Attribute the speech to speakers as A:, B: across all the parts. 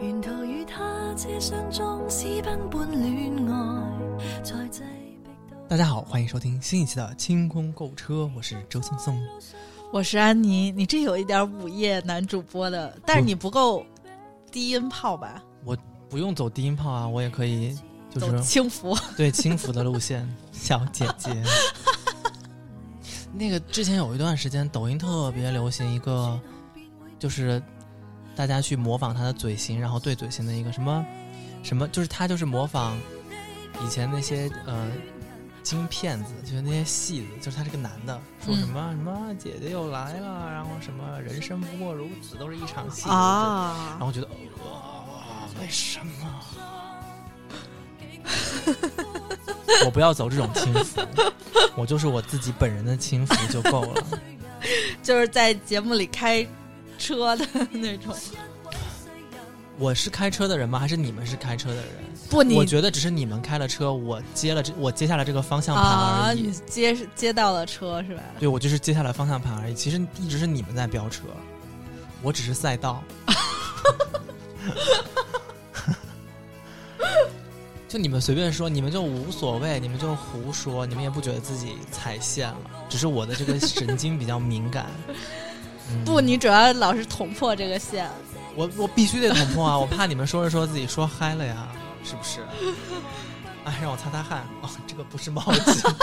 A: 沿途与他车厢中私奔般恋爱，在挤逼
B: 大家好，欢迎收听新一期的清空购车，我是周松松。
C: 我是安妮，你这有一点午夜男主播的，但是你不够低音炮吧？
B: 不用走低音炮啊，我也可以，就
C: 走
B: 是啊
C: 轻浮，
B: 对轻浮的路线， 小姐姐。那个之前有一段时间，抖音特别流行一个，就是大家去模仿他的嘴型，然后对嘴型的一个什么什么，就是他就是模仿以前那些呃金骗子，就是那些戏子，就是他是个男的，说什么、什么姐姐又来了，然后什么人生不过如此，都是一场戏然
C: 啊，
B: 后觉得呃哇，为什么？我不要走这种轻浮， 我就是我自己本人的轻浮就够了。
C: 就是在节目里开车的那种。
B: 我是开车的人吗？还是你们是开车的人？
C: 不，你
B: 我觉得只是你们开了车，我接了这，我接下来这个方向盘
C: 啊，
B: 而已。
C: 你接接到了车是吧？
B: 对，我就是接下来方向盘而已。其实一直是你们在飙车，我只是赛道。 就你们随便说，你们就无所谓，你们就胡说，你们也不觉得自己踩线了，只是我的这个神经比较敏感。嗯
C: 不，你主要老是捅破这个线。
B: 我我必须得捅破啊！我怕你们说着说自己说嗨了呀，是不是？哎，让我擦擦汗哦，这个不是毛巾，哦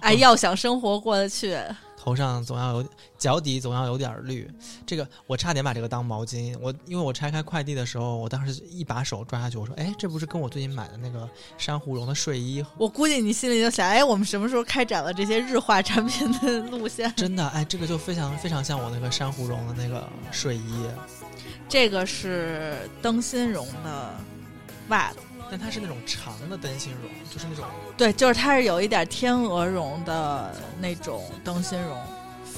C: 哎，要想生活过得去，
B: 头上总要有脚底总要有点绿。这个我差点把这个当毛巾，我因为我拆开快递的时候，我当时一把手抓下去，我说：“哎，这不是跟我最近买的那个珊瑚绒的睡衣
C: 我估计你心里就想，哎，我们什么时候开展了这些日化产品的路线？
B: 真的哎，这个就非常非常像我那个珊瑚绒的那个睡衣，
C: 这个是灯芯绒的袜子，
B: 但它是那种长的灯芯绒，就是那种
C: 对，就是它是有一点天鹅绒的那种灯芯绒。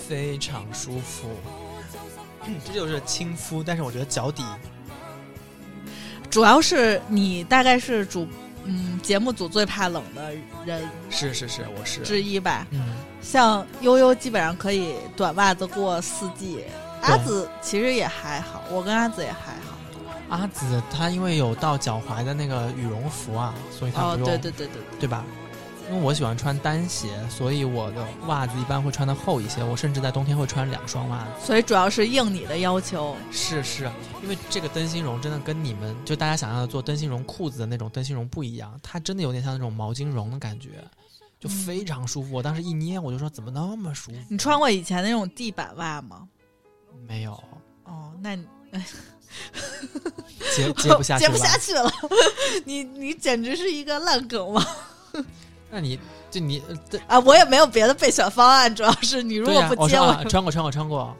B: 非常舒服。 嗯这就是亲肤，但是我觉得脚底
C: 主要是你大概是主嗯节目组最怕冷的人
B: 是是是，我是
C: 之一吧。
B: 嗯，
C: 像悠悠基本上可以短袜子过四季，阿紫其实也还好，我跟阿紫也还好。
B: 阿紫她因为有到脚踝的那个羽绒服啊，所以她
C: 哦
B: 不，用、
C: 对对对对对，
B: 对吧？因为我喜欢穿单鞋，所以我的袜子一般会穿的厚一些。我甚至在冬天会穿两双袜子。
C: 所以主要是应你的要求。
B: 是是，因为这个灯芯绒真的跟你们就大家想象的做灯芯绒裤子的那种灯芯绒不一样，它真的有点像那种毛巾绒的感觉，就
C: 嗯
B: 非常舒服。我当时一捏，我就说怎么那么舒服？
C: 你穿过以前那种地板袜吗？
B: 没有？
C: 哦，那你
B: 接接不下去
C: 接
B: 了
C: 不。下去了， 你你简直是一个烂梗王
B: 那你就你呃对
C: 啊！我也没有别的备选方案，主要是你如
B: 对
C: 果
B: 呀、
C: 不
B: 我
C: 接
B: 说
C: 我，
B: 啊，穿过穿过穿过，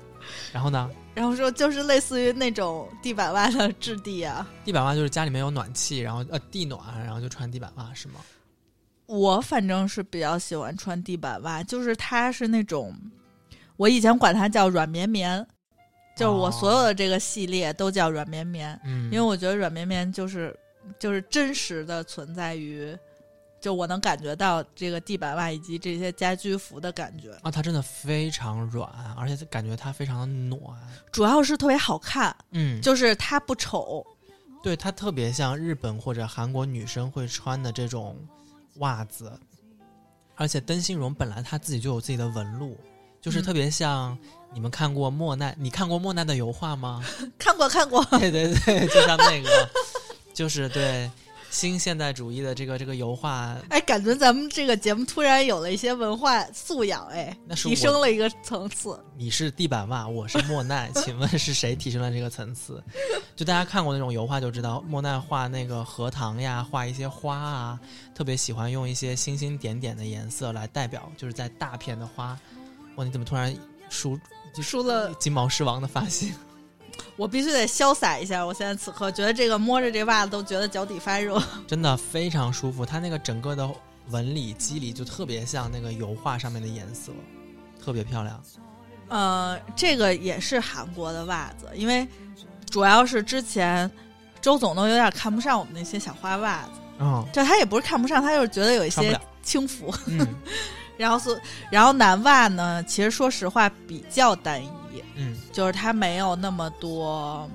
B: 然后呢？
C: 然后说就是类似于那种地板袜的质地啊。
B: 地板袜就是家里面有暖气，然后呃地暖，然后就穿地板袜是吗？
C: 我反正是比较喜欢穿地板袜，就是它是那种，我以前管它叫软绵绵，就是我所有的这个系列都叫软绵绵，
B: 嗯，
C: 因为我觉得软绵绵就是就是真实的存在于，就我能感觉到这个地板袜以及这些家居服的感觉，
B: 啊，它真的非常软，而且感觉它非常的暖。
C: 主要是特别好看，
B: 嗯，
C: 就是它不丑，
B: 对，它特别像日本或者韩国女生会穿的这种袜子，而且灯芯绒本来它自己就有自己的纹路，就是
C: 嗯
B: 特别像你们看过莫奈，你看过莫奈的油画吗？
C: 看过看过，
B: 对对对，就像那个，就是对新现代主义的这个这个油画
C: 哎，感觉咱们这个节目突然有了一些文化素养，哎
B: 那，是
C: 提
B: 我
C: 升了一个层次。
B: 你是地板袜，我是莫 奈，请问是谁提升了这个层次？就大家看过那种油画就知道，莫奈画那个荷塘呀，画一些花啊，特别喜欢用一些星星点点的颜色来代表，就是在大片的花。哇，你怎么突然梳
C: 输了，
B: 金毛狮王的发型？
C: 我必须得潇洒一下。我现在此刻觉得这个摸着这袜子都觉得脚底发热。
B: 真的非常舒服，它那个整个的纹理肌理就特别像那个油画上面的颜色，特别漂亮。
C: 呃，这个也是韩国的袜子，因为主要是之前周总都有点看不上我们那些小花袜子，
B: 嗯，
C: 就他也不是看不上，他就是觉得有一
B: 穿不
C: 些
B: 了。
C: 轻浮。
B: 嗯
C: 然后是，然后男袜呢，其实说实话比较单一，
B: 嗯，
C: 就是它没有那么多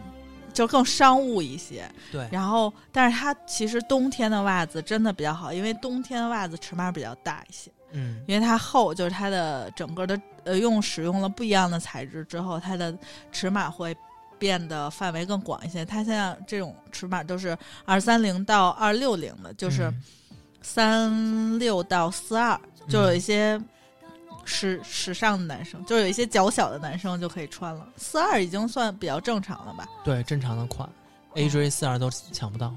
C: 就更商务一些。
B: 对，
C: 然后，但是它其实冬天的袜子真的比较好，因为冬天的袜子尺码比较大一些，
B: 嗯，
C: 因为它厚，就是它的整个的呃用使用了不一样的材质之后，它的尺码会变得范围更广一些。它现在这种尺码都是二三零到二六零的，就是
B: 嗯
C: 三六到四二，就有一些时时尚的男生，就有一些脚小的男生就可以穿了。四二已经算比较正常了吧，
B: 对正常的款，AJ 四二都抢不到。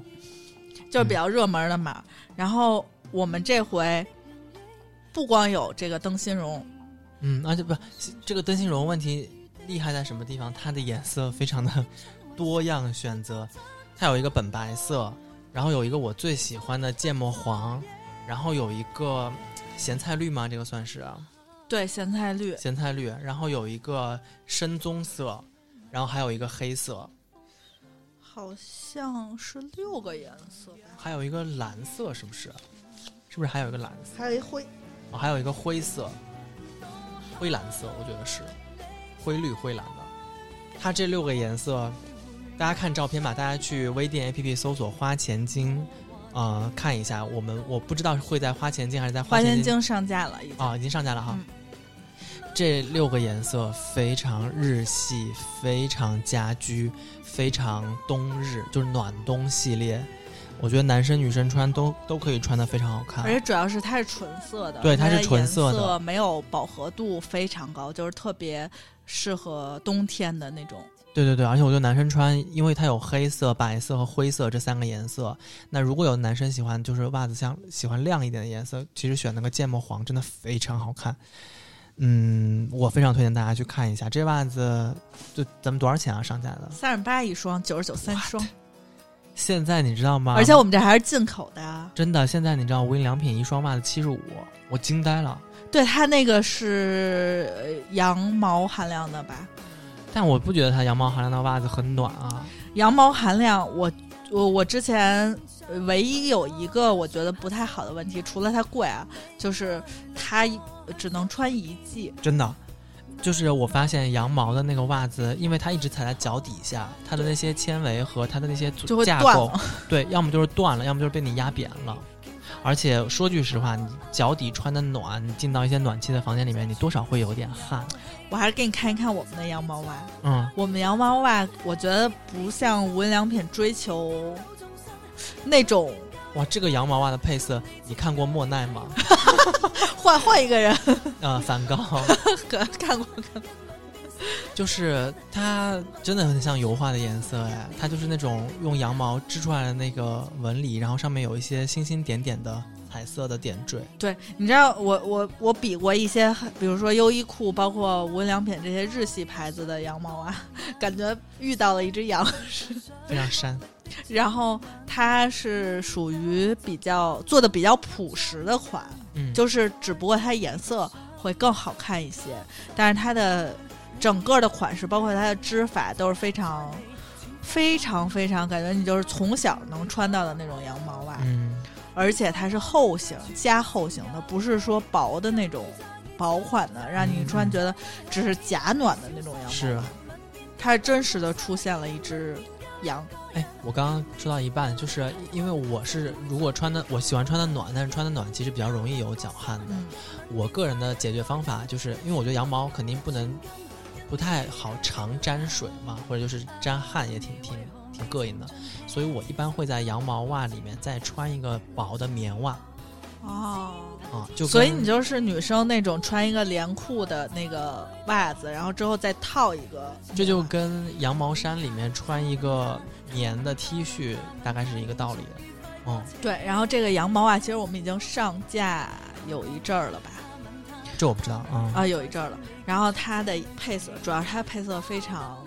C: 就是
B: 嗯
C: 比较热门的码。然后我们这回不光有这个灯芯绒，
B: 嗯，而且不，这个灯芯绒问题厉害在什么地方？它的颜色非常的多样选择，它有一个本白色，然后有一个我最喜欢的芥末黄，然后有一个咸菜绿吗？这个算是啊，
C: 对咸菜绿，
B: 咸菜绿，然后有一个深棕色，然后还有一个黑色，
C: 好像是六个颜色吧，
B: 还有一个蓝色，是不是？是不是还有一个蓝色？
C: 还有一灰。
B: 哦，还有一个灰色，灰蓝色，我觉得是灰绿灰蓝的。它这六个颜色，大家看照片吧，大家去微店 APP 搜索“花钱精”，呃，看一下。我们我不知道会在花钱精还是在
C: 花
B: 钱
C: 千精上架了，已经。
B: 啊、已经上架了哈。
C: 嗯
B: 这六个颜色非常日系，非常家居，非常冬日，就是暖冬系列。我觉得男生女生穿都都可以穿的非常好看
C: 而。且主要是它是纯色的，
B: 对它
C: 它
B: 是
C: 的
B: 纯
C: 颜
B: 色
C: 色
B: 的
C: 没有饱和度非常高，就是特别适合冬天的那种。
B: 对对对，而且我觉得男生穿，因为它有黑色、白色和灰色这三个颜色。那如果有男生喜欢，就是袜子像喜欢亮一点的颜色，其实选那个芥末黄真的非常好看。嗯，我非常推荐大家去看一下这袜子，就咱们多少钱啊？上架的？
C: 三十八一双，九十九三双，
B: 现在你知道吗？
C: 而且我们这还是进口的啊。
B: 真的现在你知道无印良品一双袜子七十五，我惊呆了。
C: 对，它那个是呃羊毛含量的吧？
B: 但我不觉得它羊毛含量的袜子很暖啊。
C: 羊毛含量我，我我之前呃唯一有一个我觉得不太好的问题，除了它贵啊，就是它一只能穿一季。
B: 真的，就是我发现羊毛的那个袜子，因为它一直踩在脚底下，它的那些纤维和它的那些组
C: 就会
B: 架
C: 断
B: 构
C: 了，
B: 对，要么就是断了，要么就是被你压扁了。而且说句实话，你脚底穿的暖，你进到一些暖气的房间里面，你多少会有点汗。
C: 我还是给你看一看我们的羊毛袜。
B: 嗯，
C: 我们羊毛袜，我觉得不像无印良品追求那种
B: 哇，这个羊毛袜的配色，你看过莫奈 吗？
C: 换换一个人
B: 呃，梵高，
C: 可看过看过
B: 就是它真的很像油画的颜色哎，它就是那种用羊毛织出来的那个纹理，然后上面有一些星星点点的彩色的点缀。
C: 对，你知道我我我比过一些，比如说优衣库，包括无印良品这些日系牌子的羊毛袜，感觉遇到了一只羊。
B: 非常山。
C: 然后它是属于比较做的比较朴实的款，
B: 嗯，
C: 就是只不过它颜色会更好看一些，但是它的整个的款式，包括它的织法都是非常、非常、非常感觉你就是从小能穿到的那种羊毛袜，
B: 嗯，
C: 而且它是厚型加厚型的，不是说薄的那种薄款的，让你穿
B: 嗯
C: 觉得只是假暖的那种羊毛。
B: 是。
C: 它真实的出现了一只羊，
B: 哎，我刚刚说到一半，就是因为我是如果穿的我喜欢穿的暖，但是穿的暖其实比较容易有脚汗的。
C: 嗯，
B: 我个人的解决方法就是，因为我觉得羊毛肯定不能不太好常沾水嘛，或者就是沾汗也挺挺挺膈应的，所以我一般会在羊毛袜里面再穿一个薄的棉袜
C: 哦。
B: 啊，就
C: 所以
B: 跟
C: 你就是女生那种穿一个连裤的那个袜子，然后之后再套一个，
B: 这就跟羊毛衫里面穿一个棉的 T 恤大概是一个道理。嗯，
C: 对。然后这个羊毛袜其实我们已经上架有一阵儿了吧？
B: 这我不知道啊。
C: 啊，有一阵儿了。然后它的配色，主要是它配色非常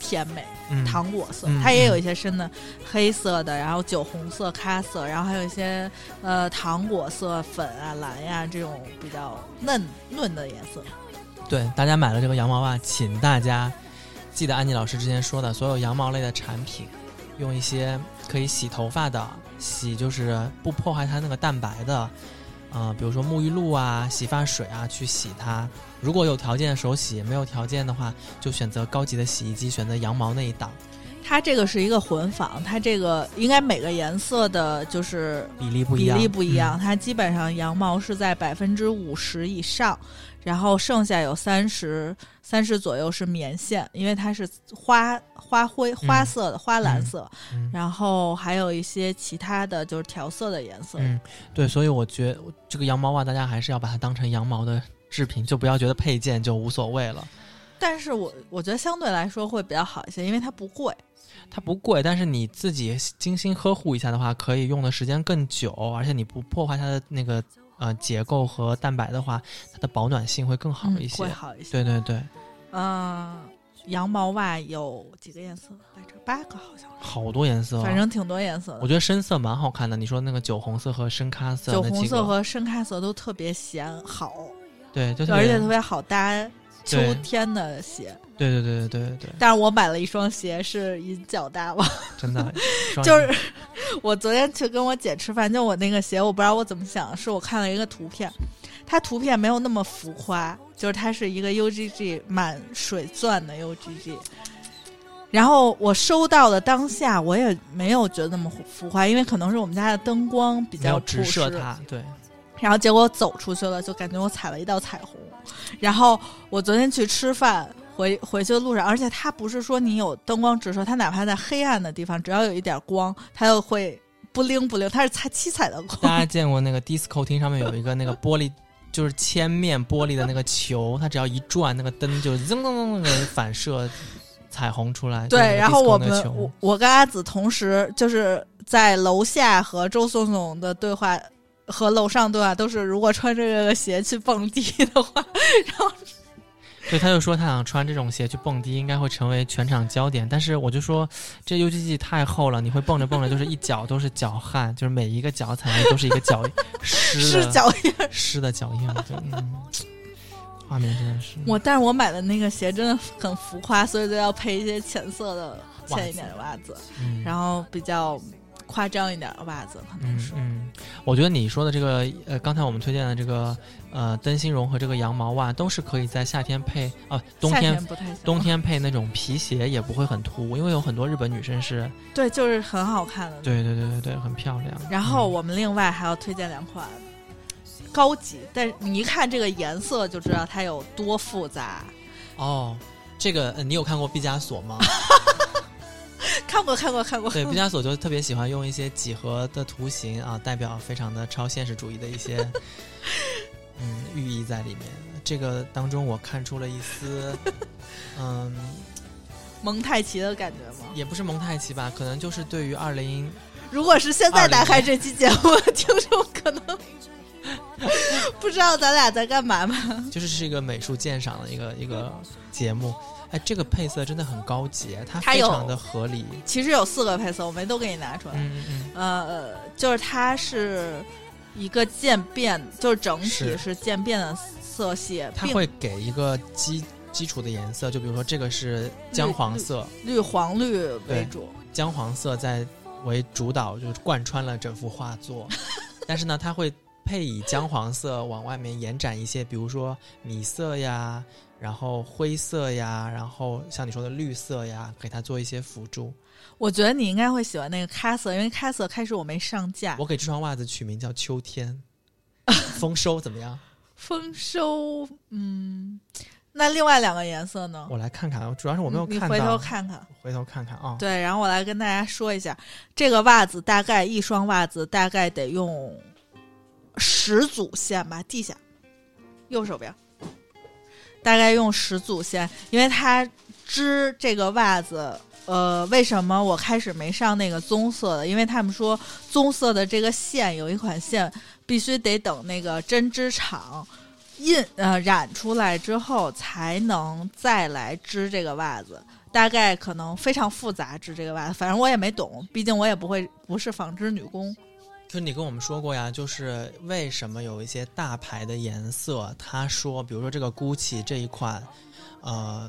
C: 甜美，
B: 嗯
C: 糖果色，
B: 嗯
C: 它也
B: 嗯
C: 有一些深的黑色的，然后酒红色、咖色，然后还有一些呃糖果色、粉啊、蓝呀、这种比较嫩嫩的颜色。
B: 对，大家买了这个羊毛袜，请大家记得安妮老师之前说的，所有羊毛类的产品，用一些可以洗头发的，洗就是不破坏它那个蛋白的，呃，比如说沐浴露啊、洗发水啊，去洗它。如果有条件手洗，没有条件的话，就选择高级的洗衣机，选择羊毛那一档。
C: 它这个是一个混纺，它这个应该每个颜色的就是
B: 比例不一
C: 比
B: 样，
C: 例不一样，
B: 嗯
C: 它基本上羊毛是在百分之五十以上，然后剩下有三十三十左右是棉线，因为它是花花灰花色的、花蓝色，
B: 嗯
C: 然后还有一些其他的就是调色的颜色。
B: 嗯，对，所以我觉得这个羊毛袜，大家还是要把它当成羊毛的制品，就不要觉得配件就无所谓了。
C: 但是我我觉得相对来说会比较好一些，因为它不贵。
B: 它不贵，但是你自己精心呵护一下的话，可以用的时间更久，而且你不破坏它的那个呃结构和蛋白的话，它的保暖性会更好一
C: 嗯
B: 些。
C: 会好一些。
B: 对对对，
C: 嗯，羊毛袜有几个颜色来着？八个好像是，
B: 好多颜色啊、
C: 反正挺多颜色
B: 我
C: 的。
B: 觉得深色蛮好看的。你说那个酒红色和深咖色，
C: 酒
B: 那
C: 红
B: 几
C: 色
B: 个
C: 和深咖色都特别显好，
B: 对，就
C: 对
B: 特
C: 而
B: 别
C: 且特别好搭秋
B: 对
C: 天的鞋。
B: 对对对对对对，
C: 但是我买了一双鞋是银脚大袜，
B: 真 的双
C: 就
B: 眼皮
C: 是我昨天去跟我姐吃饭，就我那个鞋，我不知道我怎么想，是我看了一个图片，它图片没有那么浮夸，就是它是一个 UGG 满水钻的 UGG。然后我收到的当下，我也没有觉得那么浮夸，因为可能是我们家的灯光比
B: 没有
C: 较
B: 直
C: 朴
B: 射
C: 实。
B: 它，对，
C: 然后结果走出去了，就感觉我踩了一道彩虹。然后我昨天去吃饭，回回去的路上，而且它不是说你有灯光直射，它哪怕在黑暗的地方，只要有一点光，它就会不灵不灵，它是彩七彩 的
B: 大
C: 光。
B: 家见过那个 disco 厅上面有一个那个玻璃，就是千面玻璃的那个球，它只要一转，那个灯就噔噔噔噔反射彩虹出来。就是那
C: 对，
B: 个
C: 然后
B: disco
C: 我
B: 那个
C: 们
B: 球
C: 我我跟阿紫同时就是在楼下和周颂颂的对话。和楼上对话都是，如果穿着这个鞋去蹦迪的话，
B: 对，他就说他想穿这种鞋去蹦迪，应该会成为全场焦点。但是我就说，这 UGG 太厚了，你会蹦着蹦着就是一脚都是脚汗，就是每一个脚踩上去都是一个 脚湿
C: 是
B: 的
C: 脚印。
B: 湿的脚印。就嗯，画面真的是
C: 我但是我买的那个鞋真的很浮夸，所以就要配一些浅色的、
B: 袜
C: 浅一
B: 子
C: 点的袜子，
B: 嗯
C: 然后比较夸张一点的袜子，可能
B: 嗯
C: 是。
B: 嗯，我觉得你说的这个，呃，刚才我们推荐的这个，呃，灯芯绒和这个羊毛袜，都是可以在夏天配，啊、冬
C: 夏
B: 天
C: 不太行，
B: 冬天配那种皮鞋也不会很突兀，因为有很多日本女生是，
C: 对，就是很好看的。
B: 对对对对对，很漂亮。
C: 然后
B: 嗯、
C: 我们另外还要推荐两款高级，但是你一看这个颜色就知道它有多复杂。
B: 哦，这个、呃你有看过毕加索 吗？
C: 看过，看过，看过。
B: 对，毕加索就特别喜欢用一些几何的图形啊，代表非常的超现实主义的一 些嗯寓意在里面。这个当中我看出了一丝嗯。
C: 蒙太奇的感觉吗？
B: 也不是蒙太奇吧，可能就是对于二零
C: 如果是现在打开这期节目， 听众可能不知道咱俩在干嘛吧？
B: 就是是一个美术鉴赏的一个一个节目。哎，这个配色真的很高级，它
C: 它
B: 非
C: 有
B: 常的合理。
C: 其实有四个配色，我没都给你拿出来。
B: 嗯嗯
C: 呃，就是它是一个渐变，就是整体
B: 是
C: 是渐变的色系
B: 嗯，，它
C: 并
B: 会给一个基基础的颜色，就比如说这个是姜黄色，
C: 绿黄绿为
B: 对
C: 主。
B: 姜黄色在为主导，就是贯穿了整幅画 作。但是呢，它会配以姜黄色往外面延展一些，比如说米色呀，然后灰色呀，然后像你说的绿色呀，给它做一些辅助。
C: 我觉得你应该会喜欢那个咖色，因为咖色开始我没上架。
B: 我给这双袜子取名叫秋 天，丰收怎么样？
C: 丰收，嗯，那另外两个颜色呢？
B: 我来看看，主要是我没有
C: 嗯你
B: 看到。
C: 回头，看看。
B: 回头看看啊、
C: 对，然后我来跟大家说一下，这个袜子大概一双袜子大概得用十组线吧，地下右手边，大概用十组线，因为它织这个袜子。呃，为什么我开始没上那个棕色的？因为他们说棕色的这个线有一款线必须得等那个针织厂印呃染出来之后才能再来织这个袜子。大概可能非常复杂织这个袜子，反正我也没懂，毕竟我也不会，不是纺织女工。
B: 就是你跟我们说过呀，就是为什么有一些大牌的颜色，他说，比如说这个 GUCCI 这一款，呃，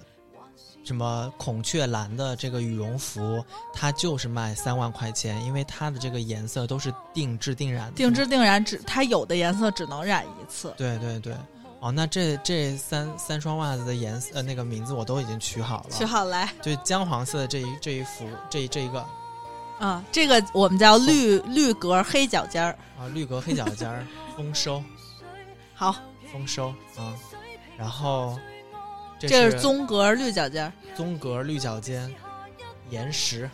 B: 什么孔雀蓝的这个羽绒服，它就是卖三万块钱，因为它的这个颜色都是定制定染的。啊
C: 定。制定染只它有的颜色只能染一次，
B: 对对对，哦，那这这三三双袜子的颜色，呃，那个名字我都已经取好了，
C: 取好来，
B: 就姜黄色的这一这一幅这这一个
C: 啊，这个我们叫绿绿格黑脚尖儿，
B: 啊，绿格黑脚尖儿，丰收
C: 好，
B: 丰收啊，然后这
C: 这
B: 是
C: 是棕格绿脚尖儿，
B: 棕格绿脚尖，岩石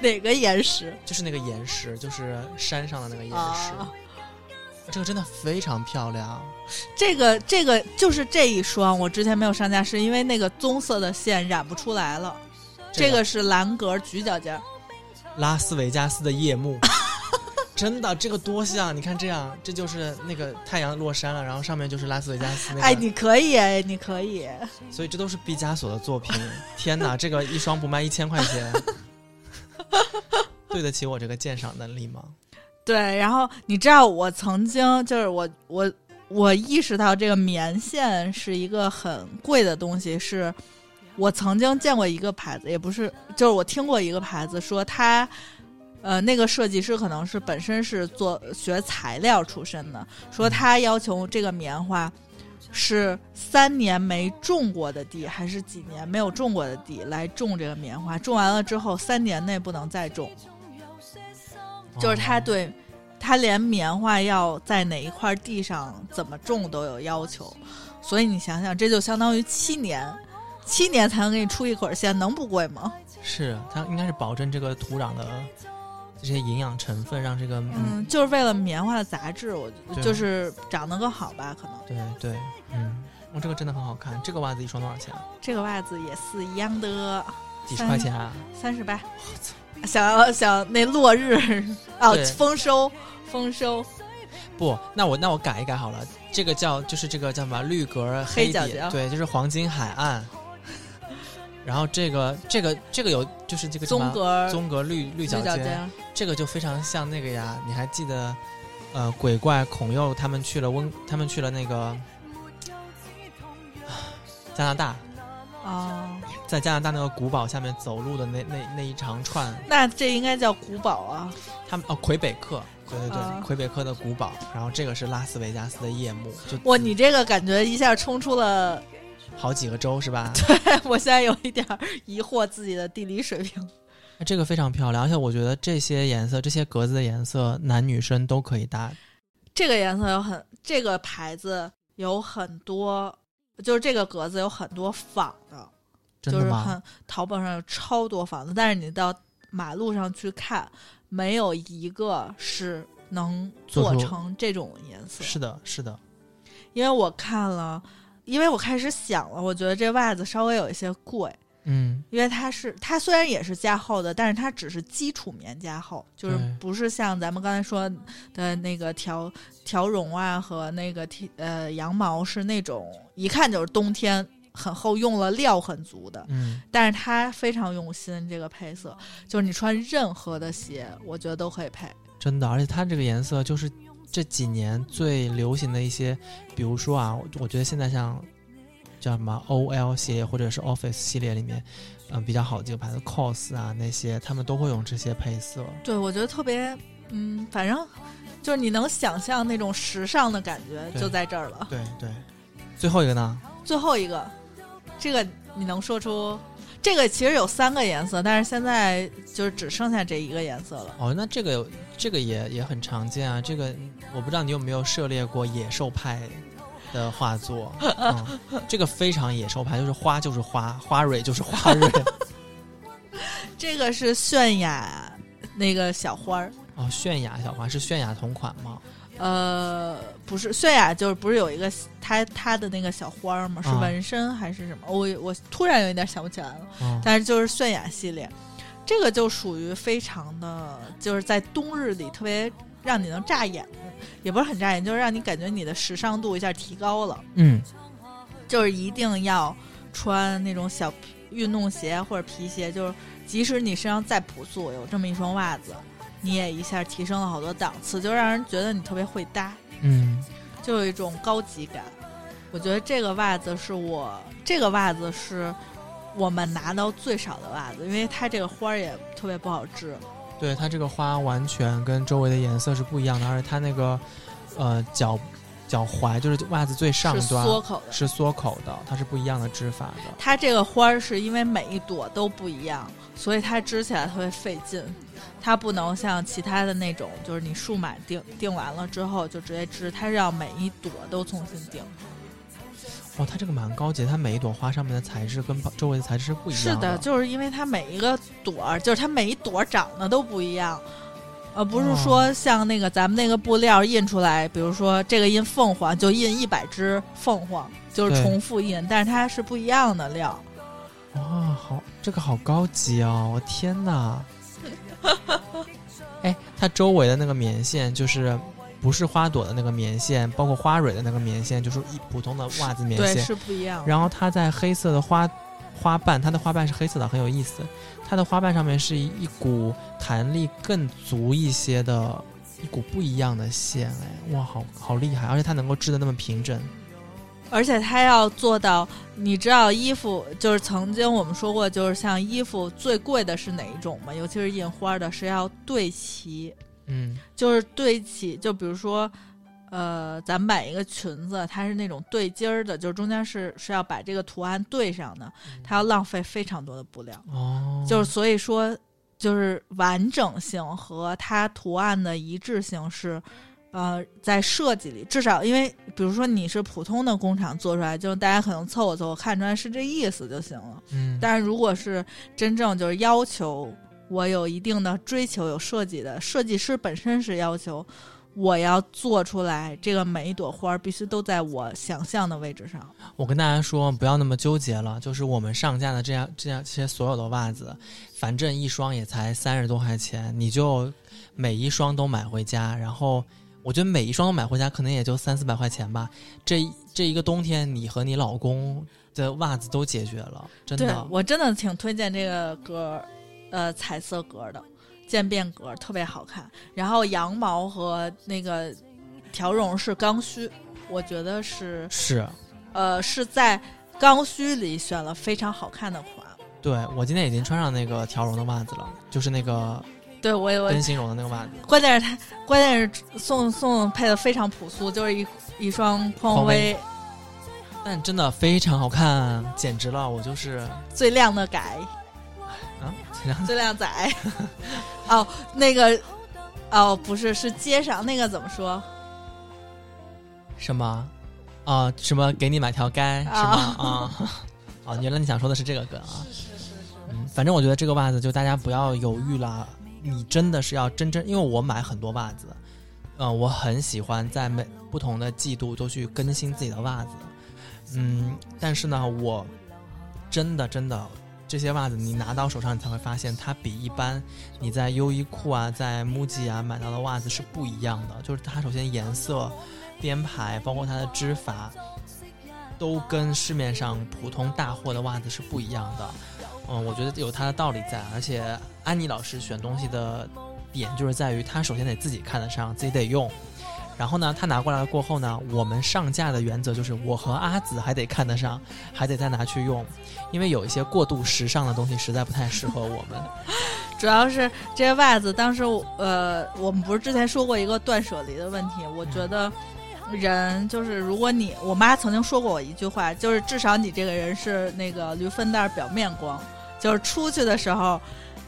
C: 哪个岩石？
B: 就是那个岩石，就是山上的那个岩石，
C: 啊，
B: 这个真的非常漂亮。
C: 这个这个就是这一双，我之前没有上架，是因为那个棕色的线染不出来了。这个是蓝格橘脚尖儿，
B: 拉斯维加斯的夜幕， 真的这个多像！你看这样，这就是那个太阳落山了，然后上面就是拉斯维加斯那个，
C: 哎，你可以，哎，你可以，
B: 所以这都是毕加索的作品。天哪，这个一双不卖一千块钱，对得起我这个鉴赏能力吗？
C: 对，然后你知道我曾经就是我我我意识到这个棉线是一个很贵的东西，是我曾经见过一个牌子，也不是，就是我听过一个牌子说它。呃，那个设计师可能是本身是做学材料出身的，说他要求这个棉花是三年没种过的地，还是几年没有种过的地来种这个棉花，种完了之后三年内不能再种。就是他
B: 哦
C: 对他连棉花要在哪一块地上怎么种都有要求，所以你想想，这就相当于七年，七年才能给你出一捆线，能不贵吗？
B: 嗯是它应该是保证这个土壤的这些营养成分，让这个嗯
C: 嗯，就是为了棉花的杂质，我
B: 对
C: 就是长得更好吧，可能
B: 对对嗯，我、这个真的很好看。这个袜子一双多少钱？啊
C: 这个袜子也是一样的，
B: 几十块钱啊？
C: 三十八。想要想那落日哦
B: 对，
C: 丰收丰收
B: 不，那我那我改一改好了，这个叫就是这个叫什么绿格儿
C: 黑脚
B: 底
C: 脚
B: 对，就是黄金海岸。然后这个这个这个有就是这个什么
C: 棕格
B: 棕格绿绿
C: 绿
B: 脚
C: 脚
B: 尖，
C: 尖，
B: 这个就非常像那个呀，你还记得？呃，鬼怪孔佑他们去了温，他们去了那个加拿大，
C: 哦，
B: 在加拿大那个古堡下面走路的那那那一长串，
C: 那这应该叫古堡啊，
B: 他们哦魁北克，对对对，
C: 啊
B: 魁北克的古堡，然后这个是拉斯维加斯的夜幕，就
C: 哇，你这个感觉一下冲出了，
B: 好几个州是吧？
C: 我现在有一点儿疑惑自己的地理水平。
B: 那这个非常漂亮，而且我觉得这些颜色、这些格子的颜色，男女生都可以搭。
C: 这个颜色有很，这个牌子有很多，就是这个格子有很多仿的，
B: 真
C: 就
B: 的
C: 是
B: 吗？
C: 很淘宝上有超多仿的，但是你到马路上去看，没有一个是能
B: 做
C: 做
B: 出
C: 成这种颜色。
B: 是的，是的，
C: 因为我看了，因为我开始想了，我觉得这袜子稍微有一些贵，
B: 嗯，
C: 因为它是它虽然也是加厚的，但是它只是基础棉加厚，就是
B: 对
C: 不是像咱们刚才说的那个条条绒啊和那个 T 呃羊毛是那种一看就是冬天很厚，用了料很足的。
B: 嗯，
C: 但是它非常用心，这个配色就是你穿任何的鞋，我觉得都可以配。
B: 真的，而且它这个颜色就是这几年最流行的一些，比如说啊，我我觉得现在像叫什么 OL 系列或者是 Office 系列里面，嗯、比较好的几个牌子 COS 啊那些，他们都会用这些配色。
C: 对，我觉得特别，嗯，反正就是你能想象那种时尚的感觉
B: 对
C: 就在这儿了。
B: 对对，最后一个呢？
C: 最后一个，这个你能说出？这个其实有三个颜色，但是现在就是只剩下这一个颜色了。
B: 哦，那这个这个也也很常见啊。这个我不知道你有没有涉猎过野兽派的画作，嗯、这个非常野兽派，就是花就是花，花蕊就是花 蕊。
C: 这个是泫雅那个小花儿，
B: 哦，泫雅小花是泫雅同款吗？
C: 呃，不是泫雅，就是不是有一个她她的那个小花儿吗？是
B: 啊
C: 纹身还是什么？我我突然有一点想不起来了，
B: 嗯，
C: 但是就是泫雅系列，这个就属于非常的，就是在冬日里特别让你能扎眼，也不是很扎眼，就是让你感觉你的时尚度一下提高了。
B: 嗯
C: 就是一定要穿那种小皮运动鞋或者皮鞋，就是即使你身上再朴素，有这么一双袜子，你也一下提升了好多档次，就让人觉得你特别会搭，
B: 嗯，
C: 就有一种高级感。我觉得这个袜子是我这个袜子是我们拿到最少的袜子，因为它这个花儿也特别不好织。
B: 对，它这个花完全跟周围的颜色是不一样的，而且它那个呃脚脚踝，就是袜子最上
C: 是
B: 端
C: 缩口的。
B: 是缩口的，它是不一样的织法的。
C: 它这个花儿是因为每一朵都不一样，所以它织起来特别费劲。它不能像其他的那种，就是你数码定定完了之后就直接织，它是要每一朵都重新定。
B: 哦，它这个蛮高级，它每一朵花上面的材质跟旁周围的材质是不一
C: 是
B: 样
C: 的，就是因为它每一个朵儿，就是它每一朵儿长得都不一样，呃，不是说像那个咱们那个布料印出来，比如说这个印凤凰就印一百只凤凰，就是
B: 对
C: 重复印，但是它是不一样的料。
B: 哇、好，这个好高级哦！我天 哪！哎，它周围的那个棉线就是。不是花朵的那个棉线，包括花蕊的那个棉线，就是一普通的袜子棉
C: 对，
B: 线。
C: 是不一样的。
B: 然后它在黑色的花花瓣，它的花瓣是黑色的，很有意思。它的花瓣上面是一一股弹力更足一些的，一股不一样的线，哎，哇，好好厉害！而且它能够织的那么平整，
C: 而且它要做到，你知道衣服就是曾经我们说过，就是像衣服最贵的是哪一种吗？尤其是印花的，是要对齐，
B: 嗯，
C: 就是对齐。就比如说，呃，咱买一个裙子，它是那种对襟儿的，就是中间是是要把这个图案对上的，它要浪费非常多的布料。
B: 哦，
C: 就是所以说，就是完整性和它图案的一致性是，呃，在设计里至少因为，比如说你是普通的工厂做出来，就是大家可能凑合凑合看出来是这意思就行了。
B: 嗯，
C: 但是如果是真正就是要求我有一定的追求，有设计的设计师本身是要求。我要做出来，这个每一朵花儿必须都在我想象的位置上。
B: 我跟大家说，不要那么纠结了。就是我们上架的这样、这样、这些所有的袜子，反正一双也才三十多块钱，你就每一双都买回家。然后我觉得每一双都买回家，可能也就三四百块钱吧。这这一个冬天，你和你老公的袜子都解决了，真
C: 对
B: 的。
C: 我真的挺推荐这个格，呃，彩色格的渐变格特别好看。然后羊毛和那个条绒是刚需，我觉得是
B: 是，
C: 呃是在刚需里选了非常好看的款。
B: 对我今天已经穿上那个条绒的袜子了，就是那个
C: 对我我
B: 灯芯绒的那个袜子，
C: 关键是它关键是宋宋配的非常朴素，就是一一双匡
B: 匡
C: 威
B: 威但真的非常好看，简直了！我就是
C: 最靓的改。
B: 啊，这样
C: 最靓仔。 哦，那个，哦，不是，是街上那个怎么说？
B: 什么？啊、什么？给你买条街、是吗？啊、啊，原来你想说的是这个梗啊。嗯，反正我觉得这个袜子就大家不要犹豫啦，你真的是要真正，因为我买很多袜子，嗯、我很喜欢在每不同的季度都去更新自己的袜子，嗯，但是呢，我真的真的这些袜子你拿到手上，你才会发现它比一般你在优衣库啊、在 MUJI 啊买到的袜子是不一样的，就是它首先颜色、编排，包括它的织法，都跟市面上普通大货的袜子是不一样的。嗯，我觉得有它的道理在，而且安妮老师选东西的点就是在于，她首先得自己看得上，自己得用。然后呢，她拿过来过后呢，我们上架的原则就是，我和阿紫还得看得上，还得再拿去用，因为有一些过度时尚的东西实在不太适合我们。
C: 主要是这些袜子，当时我呃，我们不是之前说过一个断舍离的问题？我觉得人就是，如果你我妈曾经说过我一句话，就是至少你这个人是那个驴粪蛋儿表面光，就是出去的时候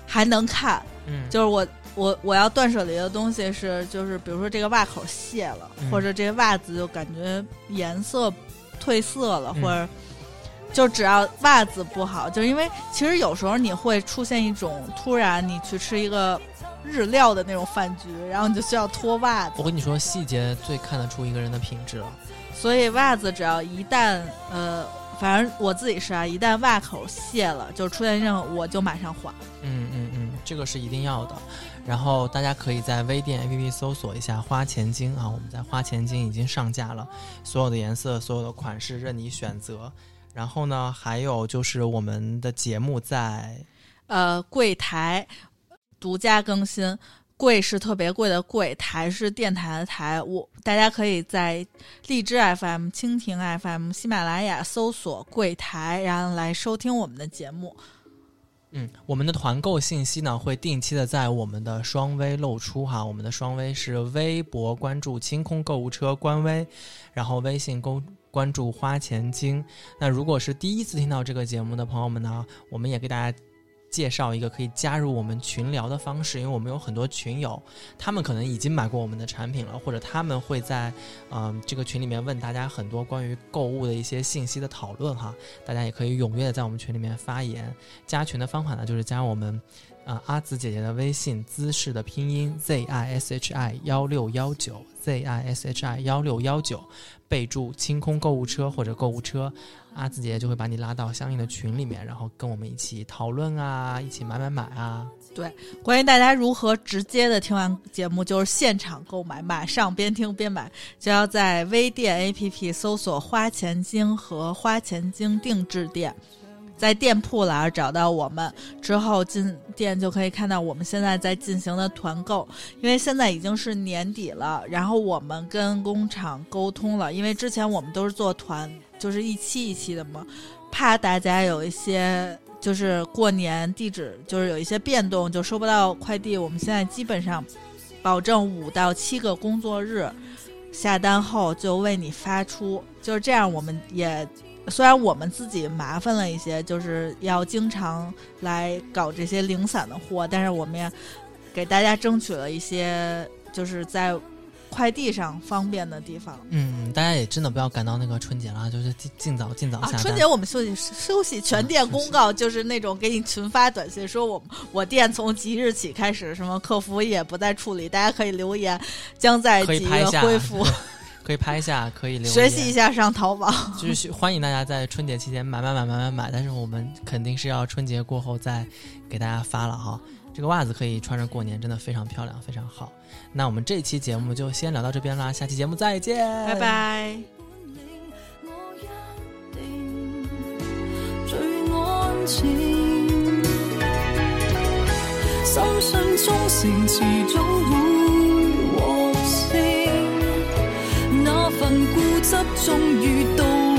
C: 还能看。
B: 嗯，
C: 就是我我我要断舍离的东西是，就是比如说这个袜口卸了，
B: 嗯
C: 或者这些袜子就感觉颜色褪色了，
B: 嗯
C: 或者就只要袜子不好，就是因为其实有时候你会出现一种突然你去吃一个日料的那种饭局，然后你就需要脱袜子，
B: 我跟你说，细节最看得出一个人的品质了。
C: 所以袜子只要一旦呃。反正我自己是啊，一旦袜口卸了，就出现这种，我就马上换。
B: 嗯嗯嗯，这个是一定要的。然后大家可以在微店 APP 搜索一下“花钱精”啊，我们在“花钱精”已经上架了，所有的颜色、所有的款式任你选择。然后呢，还有就是我们的节目在
C: 呃柜台独家更新。贵是特别贵的贵，台是电台的台。我大家可以在荔枝 FM、蜻蜓 FM、喜马拉雅搜索“柜台”，然后来收听我们的节目。
B: 嗯，我们的团购信息呢会定期的在我们的双微露出哈，我们的双微是微博关注“清空购物车”官微，然后微信公关注“花钱精”。那如果是第一次听到这个节目的朋友们呢，我们也给大家。介绍一个可以加入我们群聊的方式，因为我们有很多群友，他们可能已经买过我们的产品了，或者他们会在嗯、呃这个群里面问大家很多关于购物的一些信息的讨论哈，大家也可以踊跃地在我们群里面发言。加群的方法呢，就是加我们啊、呃阿紫姐姐的微信，姿势的拼音 z i s h i 幺六幺九 z i s h i 幺六幺九，备注清空购物车或者购物车，阿紫姐姐就会把你拉到相应的群里面，然后跟我们一起讨论啊，一起买买买啊。
C: 关于大家如何直接的听完节目就是现场购买，马上边听边买，就要在微店 APP 搜索“花钱精”和“花钱精定制店”，在店铺栏儿找到我们之后进店就可以看到我们现在在进行的团购，因为现在已经是年底了，然后我们跟工厂沟通了，因为之前我们都是做团，就是一期一期的嘛，怕大家有一些就是过年地址就是有一些变动，就收不到快递。我们现在基本上保证五到七个工作日下单后就为你发出，就是这样。我们也虽然我们自己麻烦了一些，就是要经常来搞这些零散的货，但是我们也给大家争取了一些就是在快递上方便的地方。
B: 嗯，大家也真的不要赶到那个春节了，就是尽尽早尽早
C: 啊
B: 下，单。
C: 春节我们休息休息，全店公告 就是那种给你群发短信说我们我店从即日起开始什么客服也不再处理，大家可以留言，将在
B: 可以
C: 几
B: 拍
C: 月
B: 一下
C: 恢复。
B: 可以拍一下，可以留言
C: 学习一下上淘宝，
B: 就是学欢迎大家在春节期间买买买买买买，但是我们肯定是要春节过后再给大家发了哈。这个袜子可以穿着过年，真的非常漂亮，非常好。那我们这期节目就先聊到这边啦，下期节目再见，
C: 拜拜。
A: 本领，我一定最安全。深信忠誠遲早會獲勝，那份固執終於到